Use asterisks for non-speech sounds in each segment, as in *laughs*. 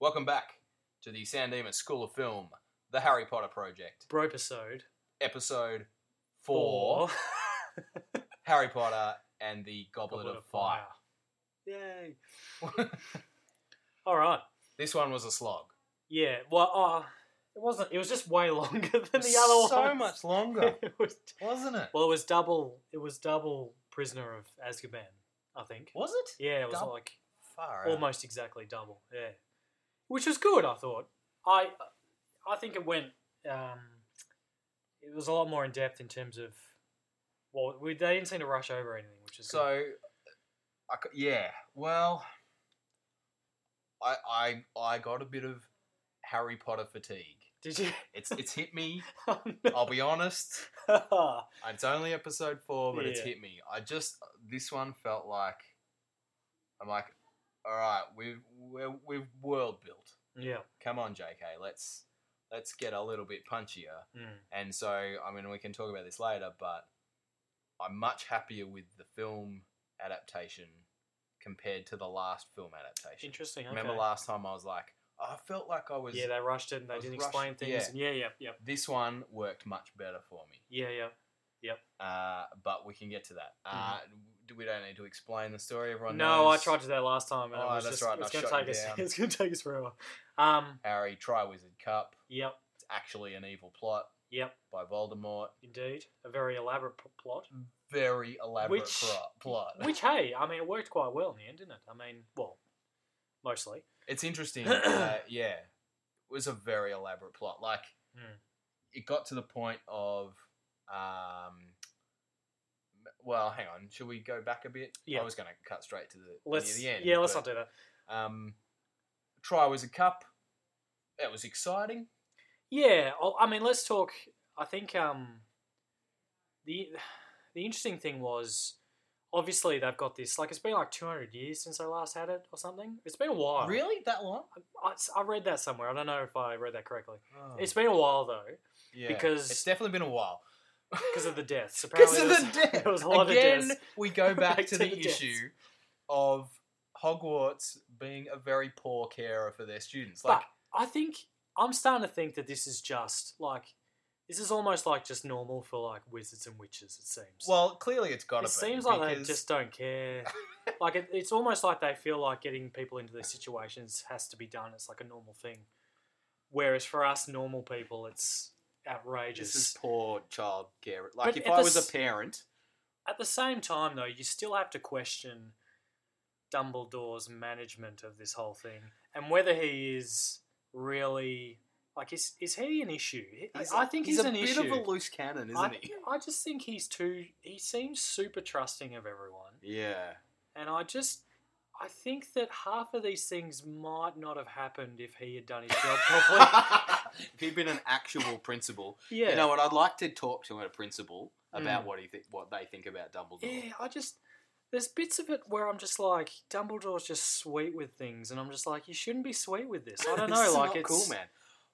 Welcome back to the San Dimas School of Film, The Harry Potter Project, Bro episode episode four, Harry Potter and the *laughs* Goblet, of, Fire. Yay! *laughs* All right. this one was a *laughs* slog. Yeah. Well, uh, it wasn't. It was just way *laughs* longer than the so other *laughs* one. much longer, *laughs* it was, wasn't it? well, it was double. It was double prisoner of Azkaban. I think. Was it? Yeah, it was Dub- like Far out. almost exactly double. Yeah, which was good. I thought. I I think it went. Um, it was a lot more in depth in terms of. Well, we, they didn't seem to rush over anything, which is So, I c yeah. Well, I I I got a bit of Harry Potter fatigue. Good. Did you? *laughs* It's it's hit me. Oh, I'll be honest. no. It's only episode four, but it's Yeah. hit me. I just this one felt like I'm like, all right, we've we're, we've world built. yeah. Come on, JK, let's let's get a little bit punchier. Mm. And so I mean, we can talk about this later, but I'm much happier with the film adaptation compared to the last film adaptation. Interesting. Okay. Remember last time I was like, "Oh, I felt like I was. yeah, they rushed it and I they was didn't rushed- explain things. yeah. and Yeah. yeah, yeah, This one worked much better for me. yeah, yeah, Uh, but we can get to that. Uh, do we don't need to explain the story. Everyone Mm-hmm. No, I knows. tried to do that last time, and Oh, it was that's just right, it's I going to shut take you us. *laughs* down. It's going to take us forever. Um. Harry Triwizard Cup. Yep. It's actually an evil plot Yep. by Voldemort. Indeed, a very elaborate p- *laughs* plot. Very elaborate Which- pro- plot. Which, hey, I mean, it worked quite well in the end, didn't it? I mean, well, mostly. it's *clears throat* interesting. uh, yeah, it was a very elaborate plot. Like Hmm. it got to the point of, um, well, hang on. Should we go back a bit? Yeah. I was going to cut straight to the Let's near the end. yeah, let's but, not do that. Um, Triwizard Cup. That was exciting. Yeah, I'll, I mean, let's talk. I think um, the the interesting thing was obviously they've got this. Like, it's been like two hundred years since they last had it, or something. It's been a while. Really, that long? I, I read that somewhere. I don't know if I read that correctly. It's been a while though, Oh, Yeah. because- it's definitely been a while. *laughs* because of the deaths. Because Apparently, of there's- the *laughs* death. there was a lot of Again, deaths. we *laughs* go back, Back to, to the, the deaths. issue of Hogwarts being a very poor carer for their students. Like, I think I'm starting to think that this is just like this is almost like just normal for like wizards and witches. It seems. well, clearly it's got to it be. seems like because they just *laughs* don't care. like it, it's almost like they feel like getting people into these situations has to be done. It's like a normal thing. Whereas for us normal people, it's outrageous. This is poor child care. Like, But if at I the was s- a parent, At the same time, though, you still have to question Dumbledore's management of this whole thing and whether he is really like is is he an issue? I I think he's, a an bit issue. of a loose cannon, isn't I, *laughs* he? I just think he's too. He seems super trusting of everyone, *laughs* Yeah. and I just. I think that half of these things might not have happened if he had done his *laughs* job properly. if he'd been an actual principal, yeah. you know what? I'd like to talk to a principal about Mm. what he th- what they think about Dumbledore. Yeah, I just there's bits of it where I'm just like Dumbledore's just sweet with things, and I'm just like you shouldn't be sweet with this. *laughs* I don't know, This is like not it's cool, man.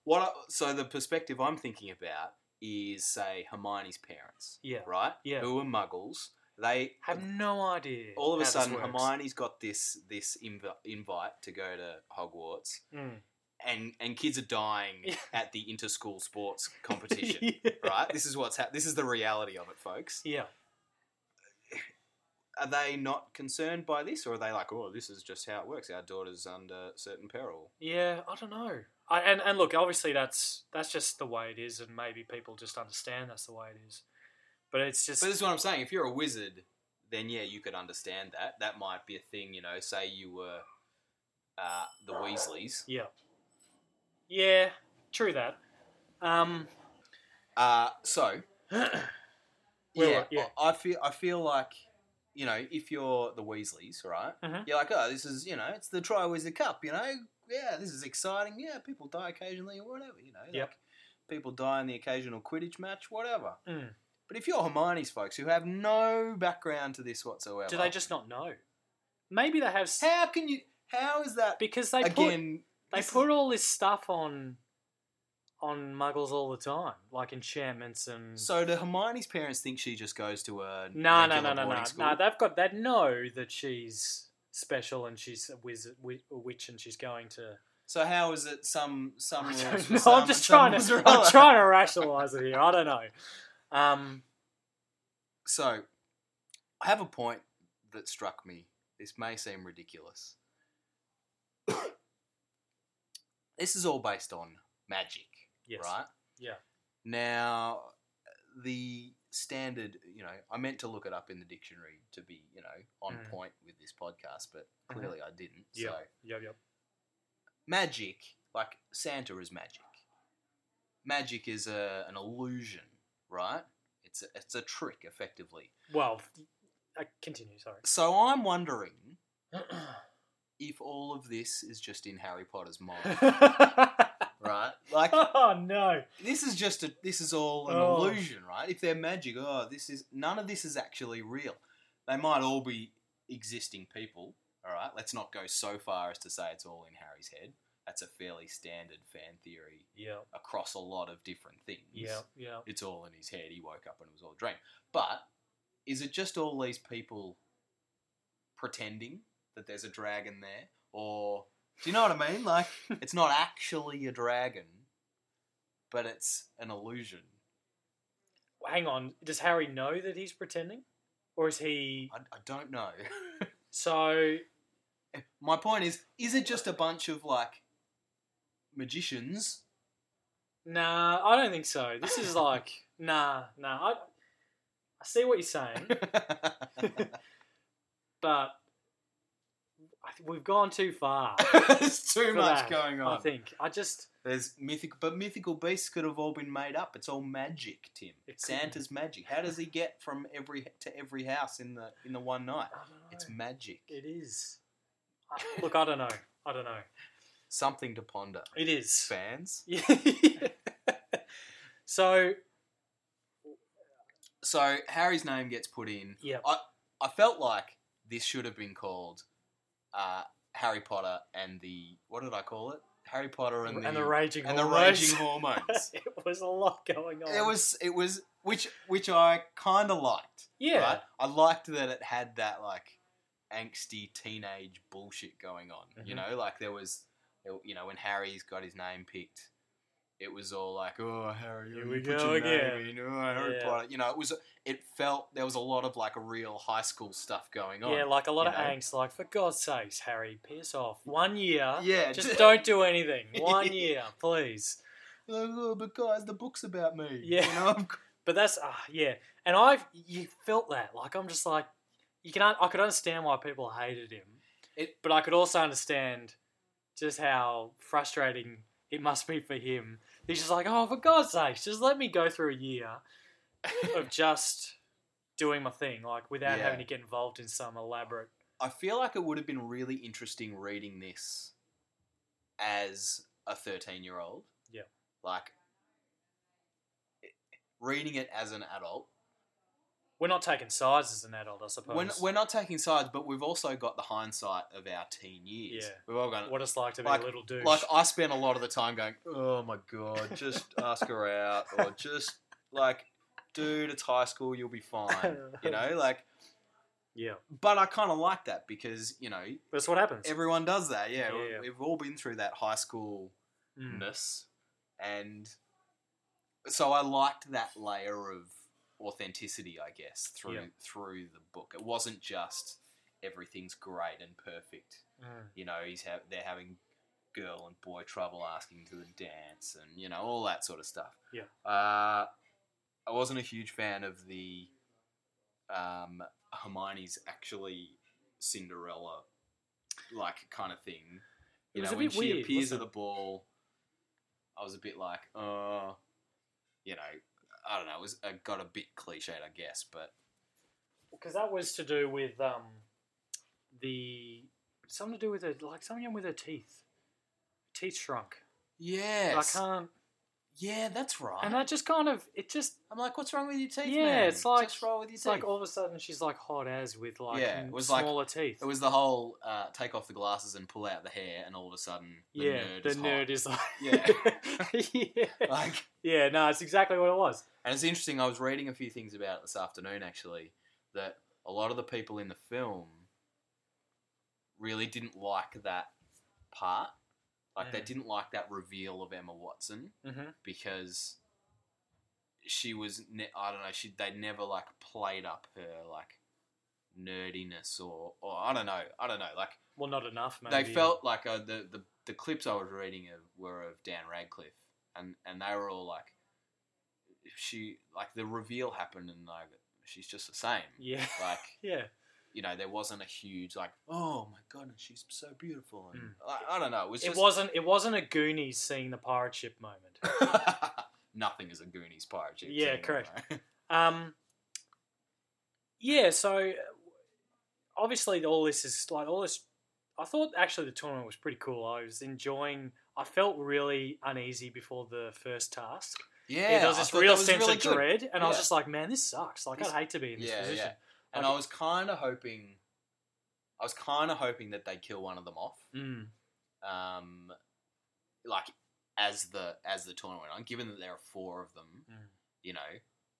What? I, so the perspective I'm thinking about is, say, Hermione's parents, Yeah, right? Yeah. Who are Muggles? They have no idea. all of a how this sudden works. Hermione's got this this inv- invite to go to Hogwarts, Mm. and and kids are dying Yeah. at the inter-school *laughs* sports competition. *laughs* Right, this is what's hap this is the reality of it, folks. Mm. Yeah, Are they not concerned by this, or are they like, oh, this is just how it works? Our daughter's under certain peril. yeah. I don't know. I, and and look, obviously that's that's just the way it is, and maybe people just understand that's the way it is. But it's just But this is what I'm saying. If you're a wizard, then yeah, you could understand that. That might be a thing, you know. Say you were uh, the Weasleys. yeah, yeah. True that. Um, *clears throat* Uh, so Well, yeah, uh, yeah. I, I feel I feel like you know if you're the Weasleys, right? Mhm. You're like, oh, this is you know, it's the Triwizard Cup, you know. Yeah, this is exciting. Yeah, people die occasionally or whatever, you know. Yep. Like, people die in the occasional Quidditch match, whatever. Mm. But if you're Hermione's folks who have no background to this whatsoever, do they just not know? Maybe they have s- how can you? How is that because they put again? They This- put all this stuff on on muggles all the time, like enchantments and So do Hermione's parents think she just goes to a Mm. no, no, regular no, no, no, boarding school? no. They've got that know that she's special and she's a wizard, wi- a witch, and she's going to So how is it some some *laughs* I rules? don't for know, some I'm just and some trying rules to are I'm other? trying to rationalize it here. I don't know. Um, *laughs* So, I have a point that struck me. This may seem ridiculous. *coughs* this is all based on magic, yes. right? Yeah. Now, the standard, you know, I meant to look it up in the dictionary to be, you know, on Mm. point with this podcast, but Mhm. clearly I didn't. Yeah. So, Yep. Yep. magic, like Santa is magic. Magic is a, an illusion, right? It's a, it's a trick, effectively. Well, I continue. Sorry. So I'm wondering if all of this is just in Harry Potter's *laughs* mind, right? Like oh no. this is just a this is all an Oh. illusion, right? If they're magic, oh, this is none of this is actually real. They might all be existing people, all right? Let's not go so far as to say it's all in Harry's head. That's a fairly standard fan theory Yeah. across a lot of different things. Yeah. Yeah. It's all in his head. He woke up and it was all a dream. But is it just all these people pretending that there's a dragon there? Or do you know what I mean? Like, it's not actually a dragon, but it's an illusion. Hang on. Does Harry know that he's pretending, or is he? I, I don't know. *laughs* So My point is, is it just a bunch of like magicians? nah, I don't think so. This *laughs* is like *laughs* nah, nah. I, I see what *laughs* you're saying, but I think we've gone too far. There's *laughs* too for much that, going I on. think I just There's mythic, but mythical beasts could have all been made up. It's all magic, Tim. It could be. Santa's magic. How does he get from every to every house in the in the one night? I don't know. It's magic. it is. I, look, I don't know. I don't know. Something to ponder, It is. fans. *laughs* so So Harry's name gets put in. yeah, I felt like this should have been called uh, Harry Potter and the what did I call it? Harry Potter and the and the raging and the Hormones. *laughs* raging hormones. it was a lot going on. it was it was which which I kind of liked. yeah. Right? I liked that it had that like angsty teenage bullshit going on. You Mhm. know, like there was, you know, when Harry's got his name picked, it was all like, "Oh, Harry, Here you we put go your name in, again." oh, Harry Yeah. Potter." You know, it was. It felt there was a lot of like real high school stuff going on. Yeah, like a lot you of know? angst. Like for God's sakes, Harry, piss off. One year, yeah. *laughs* just don't do anything. One year, please. oh, but guys, the book's about me. Yeah. You know, I've got- But that's ah yeah, and I've you felt that. Like I'm just like you can. un- I could understand why people hated him, It- but I could also understand just how frustrating it must be for him. He's just like, oh, for God's sakes, just let me go through *laughs* a year of just doing my thing, like without Yeah. having to get involved in some elaborate. I feel like it would have been really interesting reading this as a 13 year old. Yeah. Like, reading it as an adult. We're not taking sides as an adult, I suppose. We're, we're not taking sides, but we've also got the hindsight of our teen years. Yeah. We've all gone. what it's like to be Like- a little douche. Like, I spent a lot of the time going, oh my God, *laughs* just ask her out, or just, like, dude, it's high school, you'll be *laughs* fine. You know, like, yeah, but I kind of like that because, you know, that's what happens. everyone does that. Yeah. Yeah, yeah. We've all been through that high school Mm. ness and so I liked that layer of authenticity I guess through Yeah. through the book it wasn't just everything's great and perfect Mm. you know he's ha- they're having girl and boy trouble asking to the dance and you know all that sort of stuff Yeah. uh, I wasn't a huge fan of the um, Hermione's actually Cinderella like kind of thing It you was know, a when bit she weird, appears at wasn't the ball, I was a bit like, uh, you know, I don't know. It was it got a bit cliched, I guess, but because that was to do with um the something to do with her like something with her teeth teeth shrunk yes, i can't yeah, that's right. and that just kind of it just I'm like, what's wrong with your teeth? Yeah, man? it's like- just roll with your it's teeth. like all of a sudden she's like hot as with like Yeah, m- it was like- smaller teeth it was the whole uh, take off the glasses and pull out the hair, and all of a sudden, the yeah nerd the is hot. *laughs* nerd is like Yeah. *laughs* *laughs* yeah like, yeah no it's exactly what it was and it's interesting. I was reading a few things about it this afternoon, actually, that a lot of the people in the film really didn't like that part Like they Mm. didn't like that reveal of Emma Watson Mm-hmm. because she was ne- I don't know she they never like played up her like nerdiness or or I don't know I don't know like Well, not enough. Maybe they felt like uh, the, the the clips I was reading of, were of Dan Radcliffe, and and they were all like, she like the reveal happened, and like she's just the same. Yeah. *laughs* Like yeah. you know, there wasn't a huge like, oh my god, and she's so beautiful, and Mm. like, I don't know, it was It just wasn't. It wasn't a Goonies seeing the pirate ship moment. *laughs* nothing is a Goonies pirate ship. Yeah, anymore, correct. right? Um, yeah, so uh, obviously all this is like all this. I thought actually the tournament was pretty cool. I was enjoying. I felt really uneasy before the first task. *laughs* yeah, there was I this thought real that was sense really of good. dread, and I was Yeah. just like, "Man, this sucks! Like, This- I'd hate to be in this Yeah, position." yeah, and I was kind of hoping, I was kind of hoping that they'd kill one of them off. Mm, um, like as the as the tournament on. Given that there are four of them, Mm. you know,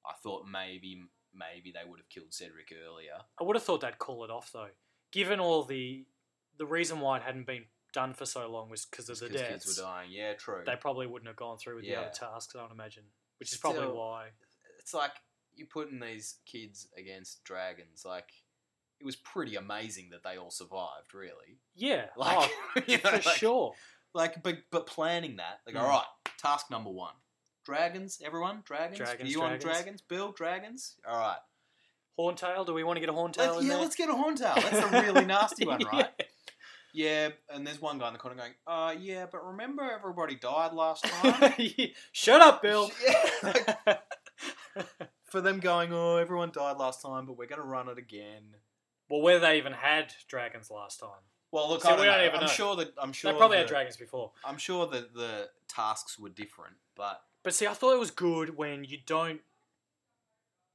I thought maybe maybe they would have killed Cedric earlier. I would have thought they'd call it off though, given all the the reason why it hadn't been done for so long was because of the because deaths. kids were dying. Yeah, true. They probably wouldn't have gone through with the Yeah. other tasks. I don't imagine, which is probably Still- why. it's like you're putting these kids against dragons. Like it was pretty amazing that they all survived. Really, Yeah, *laughs* like *laughs* oh, you *laughs* know, for like, sure. Like, but but planning that, like, Mm. all right, task number one, dragons. Everyone, dragons. Dragons, you on dragons. dragons? Bill, dragons. All right. Horntail? Do we want to get a horntail Let's, in yeah, there? let's *laughs* get a horntail. That's *laughs* a really nasty one, right? Yeah. and there's one guy in the corner going, uh, yeah, but remember everybody died last *laughs* time? *laughs* Oh, Yeah. Shut up, Bill. *laughs* Yeah, *laughs* like, for them going, oh, everyone died last time, but we're going to run it again. well, whether they even had dragons last time. Well, look, See, I don't we don't know. even I'm know. sure that I'm sure they probably the, had dragons before. I'm sure that the tasks were different, but But see, I thought it was good when you don't,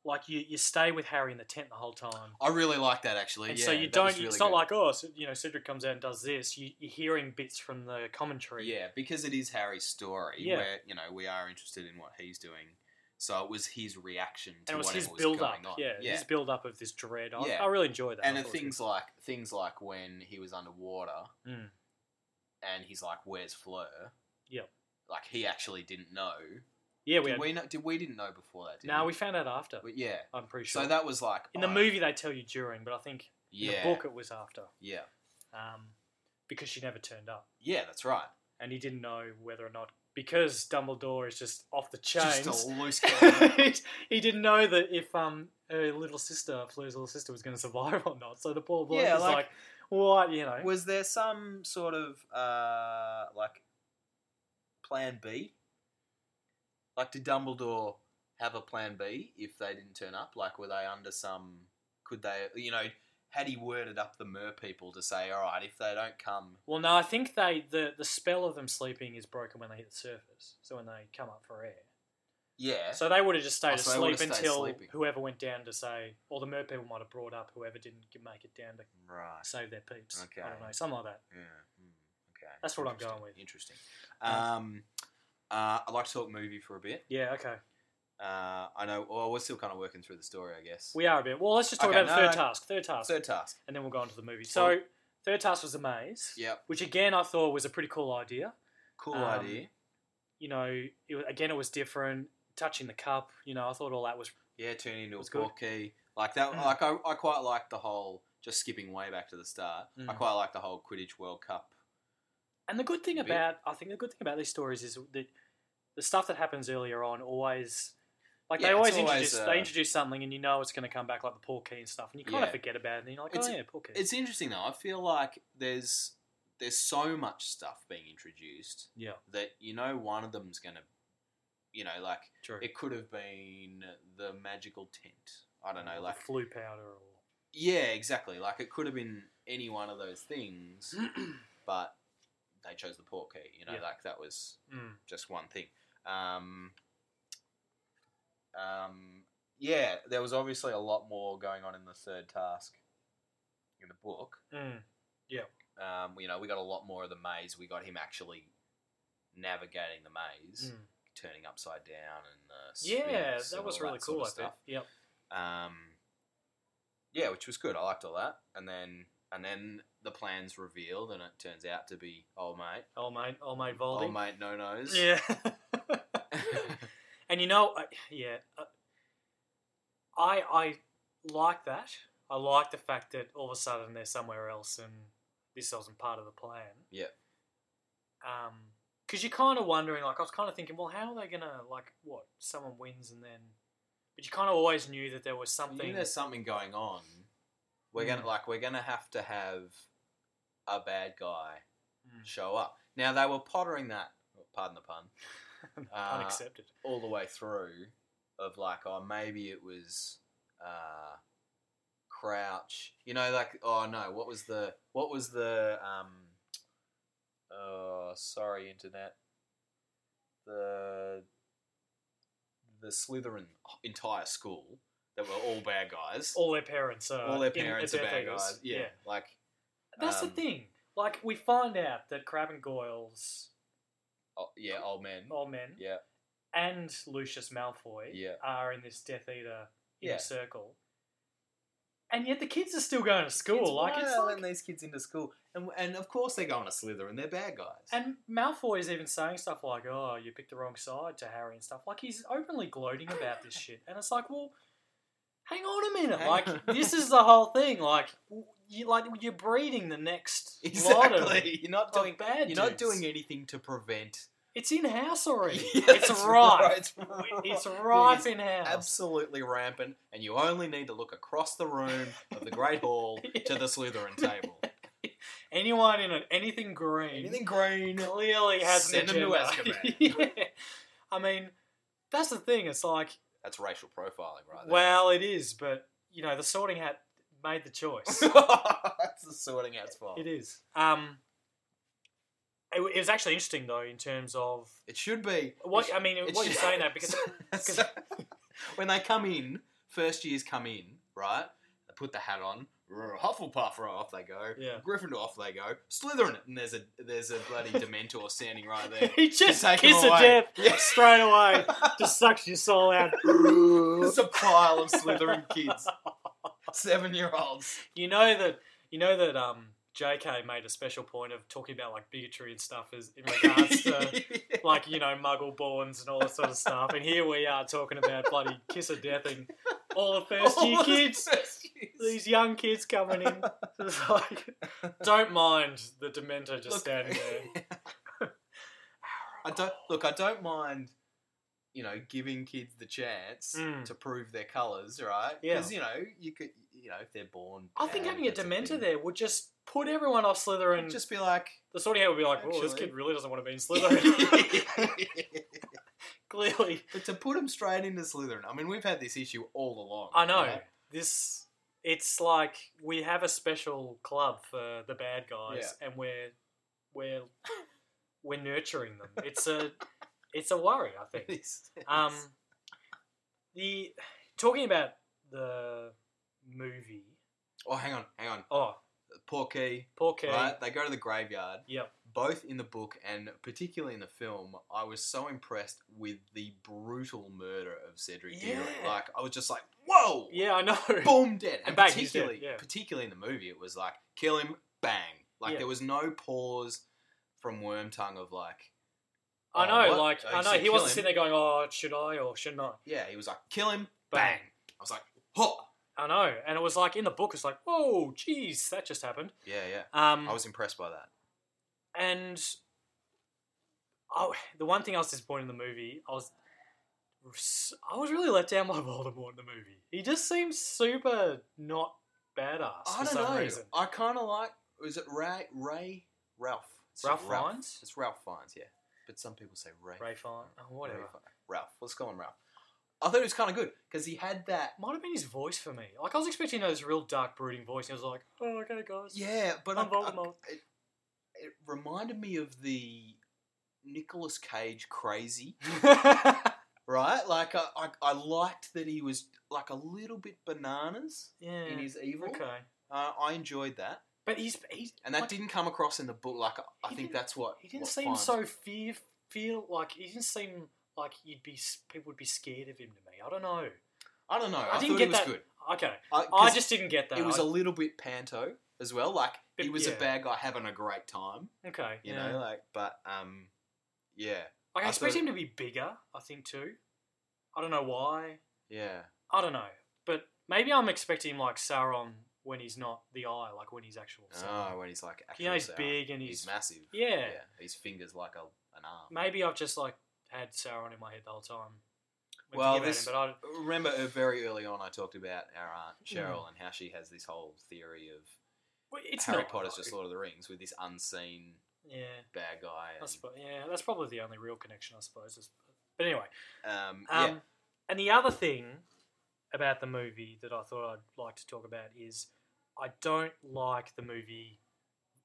like, you, you stay with Harry in the tent the whole time. I really like that actually. Oh, And yeah, so that you was don't, really it's not good. like, oh, so, you know, Cedric comes out and does this. You, you're hearing bits from the commentary. Yeah, because it is Harry's story. Yeah. Where you know we are interested in what he's doing, so it was his reaction to And it was whatever his was build going up. on. Yeah, yeah. his build up of this dread. I, Yeah. I really enjoyed that. I and the thought it was things like things like when he was underwater Mm. and he's like where's Fleur Yep. like he actually didn't know good. Yeah, we did had. we know did we didn't know before that did now we? we found out after. But yeah I'm pretty sure. so that was like in the oh, movie, they tell you during, but I think yeah in the book it was after yeah um, because she never turned up yeah that's right and he didn't know whether or not because Dumbledore is just off the chains. just a *laughs* loose cannon. he didn't know that if um her little sister, Fleur's little sister, was going to survive or not. So the poor boy Yeah, was like, like- "What you know?" was there some sort of uh like plan B like did Dumbledore have a plan B if they didn't turn up like were they under some could they you know had he worded up the mer people to say all right if they don't come well, no, I think they the the spell of them sleeping is broken when they hit the surface. So when they come up for air, yeah so they would have just stayed Oh, so they asleep would've stayed until sleeping. whoever went down to say, or the mer people might have brought up whoever didn't make it down to right save their peeps. Okay. I don't know, something like that. Yeah. Mm. Okay. That's what I'm Interesting. going with. Interesting. Yeah. Um, uh, I'd like to talk movie for a bit. Yeah, okay. Uh, I know. Well, we're still kind of working through the story, I guess. We are a bit. Well, let's just talk Okay, about the no, third no. task. Third task. Third task. And then we'll go on to the movie. So, Cool. third task was the maze, Yep. which again I thought was a pretty cool idea. Cool Um, idea. You know, it, wa- again, it was different. Touching the cup, you know, I thought all that was. Yeah, turning into a was good. porky. Like that. Mm. Like I, I quite like the whole. Just skipping way back to the start. I Mm. quite like the whole Quidditch World Cup. And the good thing Bit. about, I think the good thing about these stories is that the stuff that happens earlier on always, like Yeah, they it's always, always, introduce, uh, they introduce something and you know it's going to come back, like the Paul Keen stuff, and you kind of Yeah. forget about it. And you're like, It's- oh yeah, Paul Keen. It's interesting though. I feel like there's there's so much stuff being introduced yeah, that you know one of them's gonna, you know, like true. It could have been the magical tent. I don't Or know, the like flu powder or yeah, exactly. Like it could have been any one of those *clears throat* things, but they chose the portkey. You know, Yeah. like that was Mm. just one thing. Um, um, yeah, there was obviously a lot more going on in the third task in the book. Mm. Um, you know, we got a lot more of the maze. We got him actually navigating the maze, Mm. turning upside down, and the Yeah, sphinx that and was all really sort cool. of I think. Yep. Um, yeah, which was good. I liked all that. And then and then the plan's revealed, and it turns out to be old mate, Oh mate, oh mate, Voldy. *laughs* old mate, no nose. *laughs* Yeah. and you know, I, yeah, uh, I I like that. I like the fact that all of a sudden they're somewhere else and this wasn't part of the plan. Yeah. Um, because you're kind of wondering, like, I was kind of thinking, well, how are they gonna like what? Someone wins and then, but you kind of always knew that there was You knew something. *laughs* there's something going on. We're gonna Mm. like we're gonna have to have a bad guy Mm. show up. Now they were pottering that, pardon the pun, uh, unaccepted. all the way through of like, oh, maybe it was uh, Crouch. You know, like, oh no, what was the what was the um, oh sorry, internet, the the Slytherin entire school that were all bad guys. All their parents are all their Uh, in- parents they're are bad figures. guys. Yeah, like That's Um, the thing. Like we find out that Crab and Goyle's oh, yeah, old men. old men Yeah, and Lucius Malfoy yeah. are in this Death Eater inner Yeah. circle, and yet the kids are still going to school. like it's like, letting these kids into school, and and of course they're going to Slytherin. They're bad guys. *laughs* and Malfoy is even saying stuff like, "Oh, you picked the wrong side" to Harry and stuff. Like he's openly gloating about *laughs* this shit, and it's like, well, hang on a minute. Hang like on. this is the whole thing. Like you like you're breeding the next *laughs* lot of, exactly. You're not of doing bad. You're not dudes. doing anything to prevent. It's in house already. *laughs* Yeah, *laughs* it's that's right. *laughs* It's, It's right. rife It is in house. absolutely rampant, and you only need to look across the room of the Great *laughs* Hall to the Slytherin table. Anyone in a, anything *laughs* green Anything green? clearly has Send an 'em to agenda. Azkaban. *laughs* Yeah. I mean, that's the thing. It's like, That's racial profiling, right? there. well, it is, but you know, the Sorting Hat made *laughs* the *laughs* choice. that's the sorting out's fault. it is. Um, it, w- it was actually interesting though in terms of It should be. what It I mean. It what you're should- *laughs* saying that because So- *laughs* when they come in, first years come in, right? They put the hat on. rrr, Hufflepuff, right off they go. Yeah. Gryffindor, off they go. Slytherin, and there's a there's a *laughs* bloody Dementor standing right there. he just take 'em kiss of away. death *laughs* Yeah. straight *laughs* away. just sucks your soul out. It's a pile of Slytherin *laughs* kids, seven year olds. You know that you know that um JK made a special point of talking about like bigotry and stuff as in *laughs* regards *laughs* to like, you know, muggle borns and all that sort of stuff. And here we are talking about bloody kiss of death and all the first year kids. These young kids coming *laughs* in. It's like don't mind the Dementor just *laughs* standing there. I don't look. I don't mind, you know, giving kids the chance Mm. to prove their colours, right? Yeah. Because you know you could, you know, if they're born. I think brown, having a that's Dementor thing. there would just put everyone off Slytherin. just be like. *laughs* the sorting hat would be like, "Oh, this Actually- kid really doesn't want to be *laughs* in Slytherin." but Clearly, to put him straight into Slytherin, I mean, we've had this issue all along. I know. *laughs* right? This it's like we have a special club for the bad guys and we're we're we're nurturing them. It's a it's a worry, I *laughs* think. It's- Um it's- the talking about the movie. oh, hang on, hang on. Oh, Porky, poor Kay. right? They go to the graveyard. Yep. Both in the book and particularly in the film, I was so impressed with the brutal murder of Cedric Diggory. Yeah. Like, I was just like, whoa! Yeah, I know. Boom, dead. And, And bang, he's dead, particularly, yeah. particularly in the movie, it was like, kill him, bang. Like, Yeah. there was no pause from Wormtongue of like, *laughs* I oh, know, what? like Oh, you I know said he kill wasn't him. sitting there going, "Oh, should I or shouldn't I?" Yeah, he was like, kill him, Bang. bang. I was like, huh. I know, and it was like in the book, it's like, "Whoa, jeez, that just happened." Yeah, yeah. Um, I was impressed by that. And oh, the one thing I was disappointed in the movie, I was I was really let down by *laughs* Voldemort in the movie. He just seems super not badass for some reason. I kind of like. Was it Ray? Ray? Ralph? It's Ralph Ralph. Fiennes, It's Ralph Fiennes, yeah. But some people say Ray. Ray Fiennes, oh, whatever. Ray Fiennes. Ralph. Let's call him Ralph. I thought it was kind of good because he had that. Might have been his voice for me. Like I was expecting you know, this real dark, brooding voice. And he was like, "Oh, okay, guys, Yeah, but I, I'm Voldemort." I- it, it reminded me of the Nicolas Cage crazy, *laughs* right? Like I, I, I liked that he was like a little bit bananas *laughs* yeah, in his evil. okay. Uh, I enjoyed that. But he's he's and that like, didn't come across in the book. Like I He think didn't- that's what he didn't what seem finds- so fear feel like he didn't seem like you'd be s- people would be scared of him to me. I don't know. I don't know. I, I didn't thought get it was that- good. Okay, I, I 'cause just didn't get that. it was I- a little bit panto. as well. Like he Bit- was yeah. a bad guy having a great time, Okay. you yeah. know. Like, but um, yeah, Like, I, I expect thought- him to be bigger, I think, too. I don't know why. yeah, I don't know. But maybe I'm expecting him like Sauron when he's not the eye, like when he's actual Sauron. oh, when he's like, you know, actual Sauron. he's big and he's, he's. massive. yeah. his fingers like a an arm. Maybe I've just like had Sauron in my head the whole time. when Well, thinking about this- him, but I, remember uh, very early on I talked about our aunt Hmm. Cheryl and how she has this whole theory of well, it's Harry not, Potter's though. just Lord of the Rings with this unseen Yeah, bad guy. I And, suppose, yeah, that's probably the only real connection, I suppose. is- But anyway, um, um, yeah, and the other thing about the movie that I thought I'd like to talk about is I don't like the movie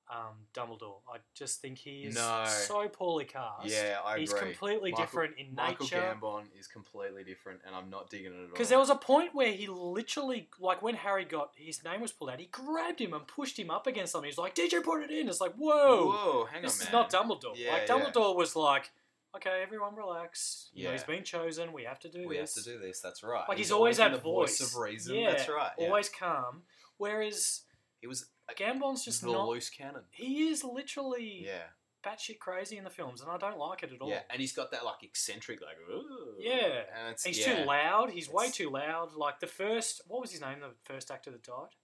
um, Dumbledore. I just think he is No. so poorly cast. yeah, I he's agree. completely Michael- different in Michael nature. Gambon is completely different, and I'm not digging it at all. Because there was a point where he literally, like when Harry got his name was pulled out, he grabbed him and pushed him up against something. He's like, "Did you put it in?" It's like, "Whoa, whoa, hang this on, man. is not Dumbledore." Yeah, yeah. like Dumbledore was like, "Okay, everyone relax. You know, Yeah. he's been chosen. We have to do We have this. to do this. That's right. Like he's, always, had had the voice of reason. Yeah, That's right. Yeah. Always calm. Whereas he was like, Gambon's just the not. loose cannon. He is literally Yeah, batshit crazy in the films, and I don't like it at all. yeah, and he's got that like eccentric, like ooh, Yeah. and it's, He's yeah. too loud. He's way It's- too loud. Like the first, what was his name? The first actor that died,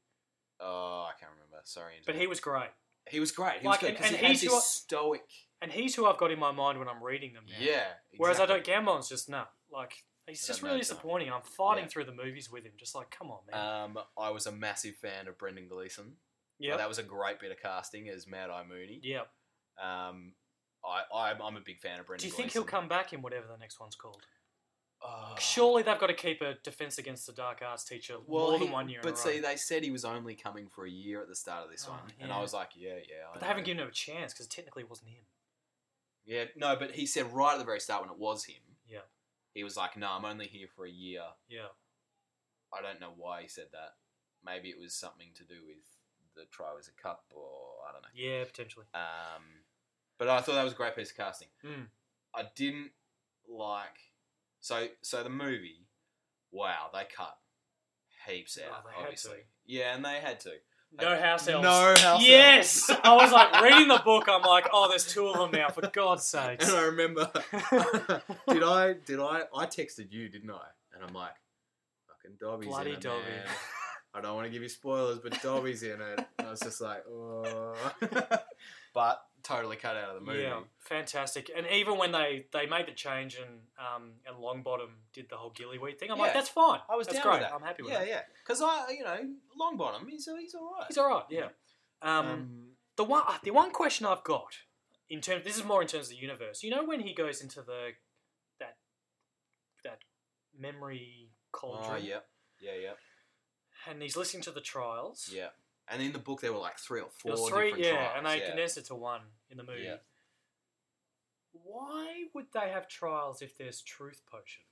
Oh, I can't remember. Sorry, but he was great. He was great. He was Like, good and- because and he had he's this your- stoic. And he's who I've got in my mind when I'm reading them Yeah. now. Whereas I don't. exactly. Gambon's just no. Like he's I just don't really know, Tom. disappointing. I'm fighting Yeah. through the movies with him, just like come on, man. Um, I was a massive fan of Brendan Gleeson. Uh, yep. that was a great bit of casting as Mad Eye Mooney. yep. Um, I, I I'm a big fan of Brendan. Do you think he'll Gleeson. come back in whatever the next one's called? Oh. Surely they've got to keep a defense against the dark arts teacher Well, more than he- one year. But in a see, row. they said he was only coming for a year at the start of this Oh, one, and yeah. I was like, yeah, yeah. I but they haven't know. given him a chance because technically it wasn't him. Yeah, no, but he said right at the very start when it was him. Yeah. He was like, no, I'm only here for a year. Yeah. I don't know why he said that. Maybe it was something to do with the try was a cup, or I don't know. Yeah, potentially. Um, but I thought that was a great piece of casting. Mm. I didn't like so so the movie. Wow, they cut heaps Oh, out. they had obviously, to. yeah, and they had *laughs* to. No house elves. No house Yes, elves. I was like *laughs* reading the book. I'm like, oh, there's two of them now. For God's sake. And I *laughs* remember, *laughs* did I did I I texted you, didn't I? And I'm like, fucking Dobby's Bloody in it, Dobby. man. I don't want to give you spoilers, but Dobby's in it. And I was just like, oh. *laughs* but totally cut out of the movie. Yeah, fantastic. And even when they they made the change and um and Longbottom did the whole Gillyweed thing, I'm like, Yeah. that's fine. I was that's down great. with that. I'm happy with yeah, that. yeah. Because I, you know, Longbottom, he's he's all right. He's all right. Yeah. Um, the one ah, the one question I've got in terms this is more in terms of the universe. You know when he goes into the that that memory cauldron oh, yeah, yeah, yeah, and he's listening to the trials. yeah. And in the book, there were like three or There four was three, different yeah, trials, and they yeah. condensed it to one in the movie. Yeah. Why would they have trials if there's truth potion?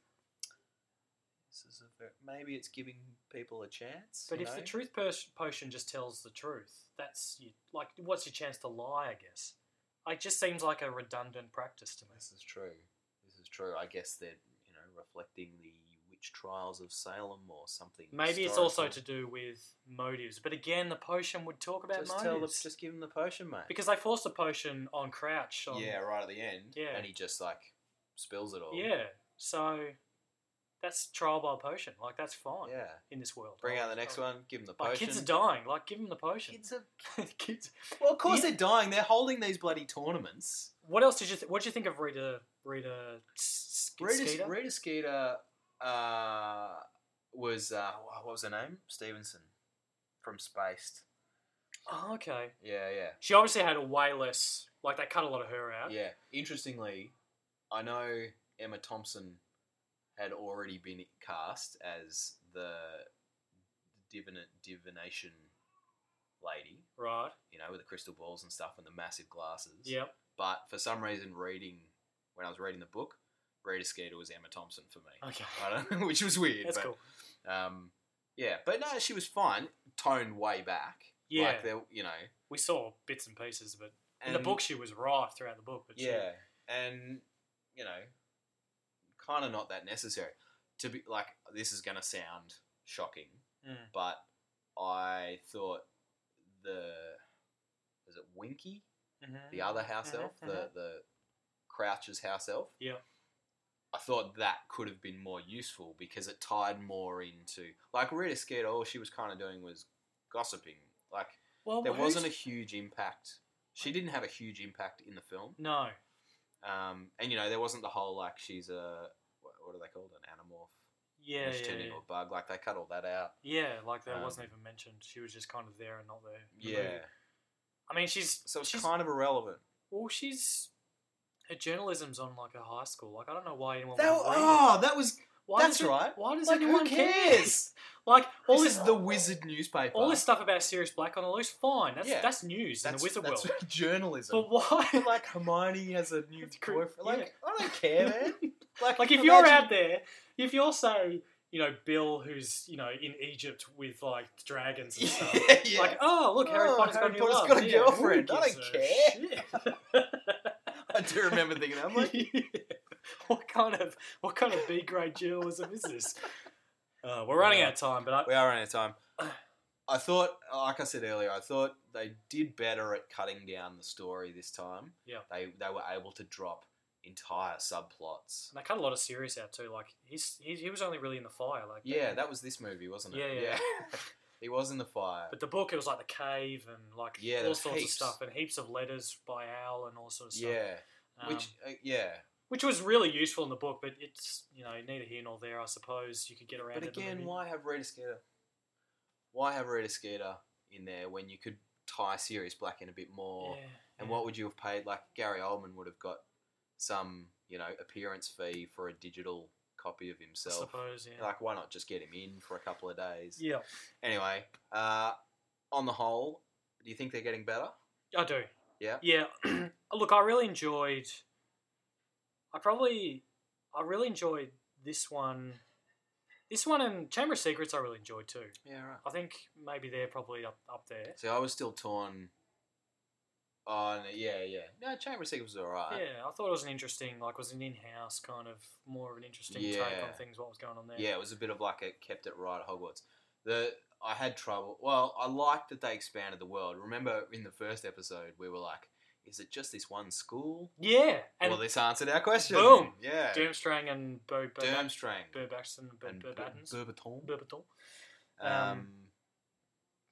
This is a ver- maybe it's giving people a chance. But you if the know? truth po- potion just tells the truth, that's you, like what's your chance to lie? I guess. It just seems like a redundant practice to me. This is true. This is true. I guess they're you know reflecting the witch trials of Salem or something. Maybe it's also to historical. do with motives, but again, the potion would talk about just tell them, motives just give them the potion, mate. because they forced the potion on Crouch. On, yeah, right at the end. Yeah. and he just like spills it all. yeah. So that's trial by potion. Like that's fine yeah. in this world. Bring Like, out the next like, one. Give them the Like potion. Oh, kids are dying. Like give them the potion. Kids are *laughs* kids. Well, of course Yeah. they're dying. They're holding these bloody tournaments. What else did you? Th- what did you think of Rita? Rita. S- S- Rita, Skeeter? Rita Skeeter uh, was uh, wha- what was her name? Stevenson from Spaced. Oh, okay. Yeah, yeah, She obviously had a way less. Like they cut a lot of her out. yeah. Interestingly, I know Emma Thompson had already been cast as the divina divination lady. Right. You know, with the crystal balls and stuff and the massive glasses. *laughs* Yep. But for some reason, reading when I was reading the book, Rita Skeeter was Emma Thompson for me. Okay. *laughs* I don't, which was weird. Oh, That's but, cool. Um, yeah, but no, she was fine. Toned way back. Yeah. like there, you know. We saw bits and pieces, but in And the book she was right throughout the book. But she- yeah, and you know, kind of not that necessary to be like. Hmm. This is gonna sound shocking, Mm. but I thought the is it Winky, Mhm. the other house Mhm, elf, the mhm. the Crouch's house elf. Yep. I thought that could have been more useful because it tied more into like Rita Skeeter. All she was kind of doing was gossiping. Like Well, there who's- wasn't a huge impact. She didn't have a huge impact in the film. no. Um, and you know, there wasn't the whole like she's a what, what are they called an animorph? Yeah, and she yeah, turned yeah. into a bug. Like they cut all that out. Yeah, like that Um, wasn't even mentioned. She was just kind of there and not there. in the Yeah. movie. I mean, she's So it's she's kind of irrelevant. well, she's her journalism's on like a high school. Like I don't know why anyone That, would read it. oh, that was Why that's does it- right. Why does like anyone who care? cares? *laughs* Like all this this, is the Wizard newspaper. all this stuff about Sirius Black on a loose. Fine, that's Yeah. that's news in the wizard that's world. *laughs* journalism. But why? But like *laughs* Hermione has a new Cr- boyfriend. Like yeah. I don't care, *laughs* man. Like, like can if you you're imagine- out there, if you're say you know Bill, who's you know in Egypt with like dragons and *laughs* stuff. yeah, *laughs* *laughs* yeah. Like, oh, look, Harry Oh, Potter's Harry got, a new Potter's love. got a Yeah, who girlfriend. I gives don't a care. shit? I do remember thinking, that. I'm *laughs* like, *laughs* what kind of what kind of B grade journalism is this? Uh, we're running Yeah. out of time, but I, we are running out of time. *clears throat* I thought, like I said earlier, I thought they did better at cutting down the story this time. Yeah. they they were able to drop entire subplots. and I cut a lot of serious out too. Like he's he, he was only really in the fire, like Yeah, that was this movie, wasn't it? Yeah, *laughs* yeah. he was in the fire. But the book it was like the cave and like Yeah, there all was sorts heaps. of stuff and heaps of letters by Al and all sorts of stuff. yeah, Um, which uh, yeah, which was really useful in the book, but it's you know neither here nor there. I suppose you could get around. But it in the again, movie. why have Rita Skeeter? Why have Rita Skeeter in there when you could tie Sirius Black in a bit more? Yeah, and yeah. what would you have paid? Like Gary Oldman would have got some, you know, appearance fee for a digital copy of I himself. suppose, yeah. Like, why not just get him in for a couple of days? yeah, Anyway, uh, on the whole, do you think they're getting better? I do. Yeah? Yeah. *clears throat* Look, I really enjoyed. I probably, I really enjoyed this one. This one and Chamber of Secrets, I really enjoyed too. Yeah, right. I think maybe they're probably up, up there. See, I was still torn on, yeah, yeah. No, Chamber of Secrets was alright. Yeah, I thought it was an interesting, like, was an in-house kind of more of an interesting take Yeah. on things, what was going on there. Yeah, it was a bit of like it kept it right at Hogwarts. The I had trouble. Well, I liked that they expanded the world. Remember in the first episode, we were like, "Is it just this one school?" Yeah, and well, this answered our question. Boom. Yeah. Durmstrang and Bo Bo- Durmstrang Burbaxton, Bur- and Burbattens, Burbaton. Burbaton. Um,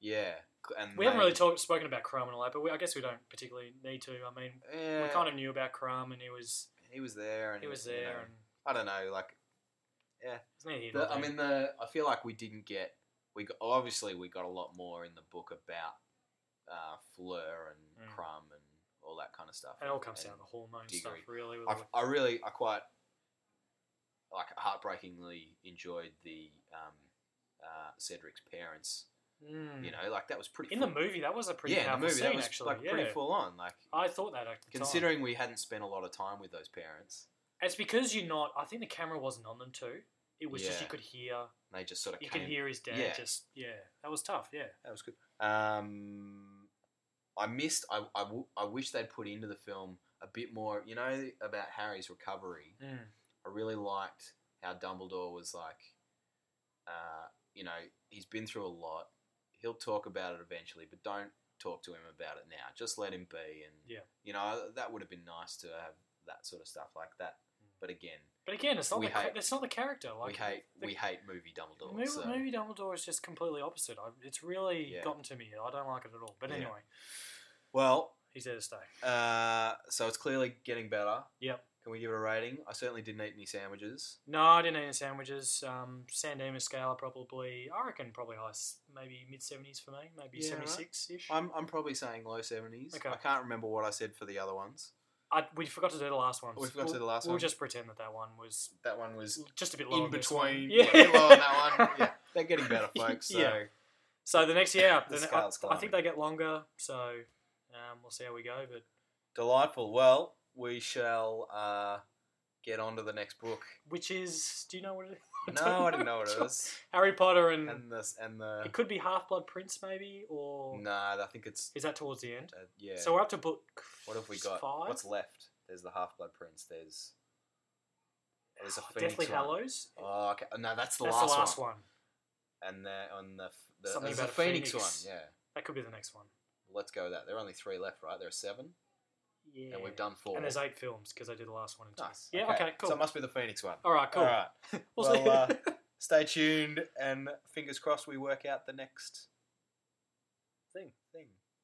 yeah, C- and We haven't really they- talked spoken about Crumb and all that, but we, I guess we don't particularly need to. I mean, Yeah, we kind of knew about Crumb, and he was he was there, and he was you there, know, and I don't know, like it's neither here nor The, I there. mean, the I feel like we didn't get we got, obviously we got a lot more in the book about uh, Fleur and Mm. Crumb and all that kind of stuff. it all comes down to And the hormone stuff, Diggory. really. with I, all the- I really I quite like heartbreakingly enjoyed the um, uh, Cedric's parents. Mm. You know, like that was pretty in the full, movie, that was a pretty yeah, in powerful the movie scene, that was actually. like yeah. pretty full on. Like I thought that at the time. considering we hadn't spent a lot of time with those parents, it's because you're not. I think the camera wasn't on them too. It was just Yeah. you could hear, they just sort of you came could hear his dad. yeah. Just yeah, that was tough. Yeah, That was good. Um, I missed. I, I, w- I wish they'd put into the film a bit more. You know about Harry's recovery. mm. I really liked how Dumbledore was like. Uh, you know, he's been through a lot. He'll talk about it eventually, but don't talk to him about it now. Just let him be. And Yeah. you know that would have been nice to have that sort of stuff like that. But again, but again, it's not We the ca- hate- it's not the character. Mm. Like we hate the- we hate movie Dumbledore. Movie, so. movie Dumbledore is just completely opposite. I, it's really Yeah. gotten to me. I don't like it at all. But Yeah. anyway, Well, he's there to stay. uh, so it's clearly getting better. Yep. Can we give it a rating? I certainly didn't eat any sandwiches. No, I didn't eat any sandwiches. Um, San Dimas scale probably, I reckon probably high, s- maybe mid seventies for me, maybe Yeah, right. seventy six ish. I'm, I'm probably saying low 70s. Okay. I can't remember what I said for the other ones. We forgot to do the last one. Oh, we forgot to do the last we'll one. We'll just pretend that that one was That one was just a bit lower. in than this one. *laughs* between. Yeah. Yeah. a bit low on that one. *laughs* Yeah. *laughs* They're getting better, folks. So Yeah. So the next year, The the ne- scale's I, I climbing. think they get longer. So um, we'll see how we go. But delightful. Well, we shall uh, get on to the next *laughs* book. which is, do you know what it *laughs* is? No, I didn't know what it was. Harry Potter and, And uh, this and the it could be Half Blood Prince maybe, or nah, I think it's is that towards the end? uh, yeah. So we're up to book. what have we got? Five. What's left? There's the Half Blood Prince. There's there's a Oh, Phoenix Deathly one. Hallows. Oh, okay. No, that's the That's last the one. last one. and they're on the, f- the Something there's a about a phoenix, phoenix. one. Yeah, That could be the next one. Let's go with that. There are only three left, right? There are seven, Yeah. and we've done four. And there's eight films because I did the last one and two. Nice. Yeah. Okay. cool. So it must be the Phoenix one. All right. Cool. All right. We'll see. Well, uh, *laughs* stay tuned, and fingers crossed we work out the next Thing. thing.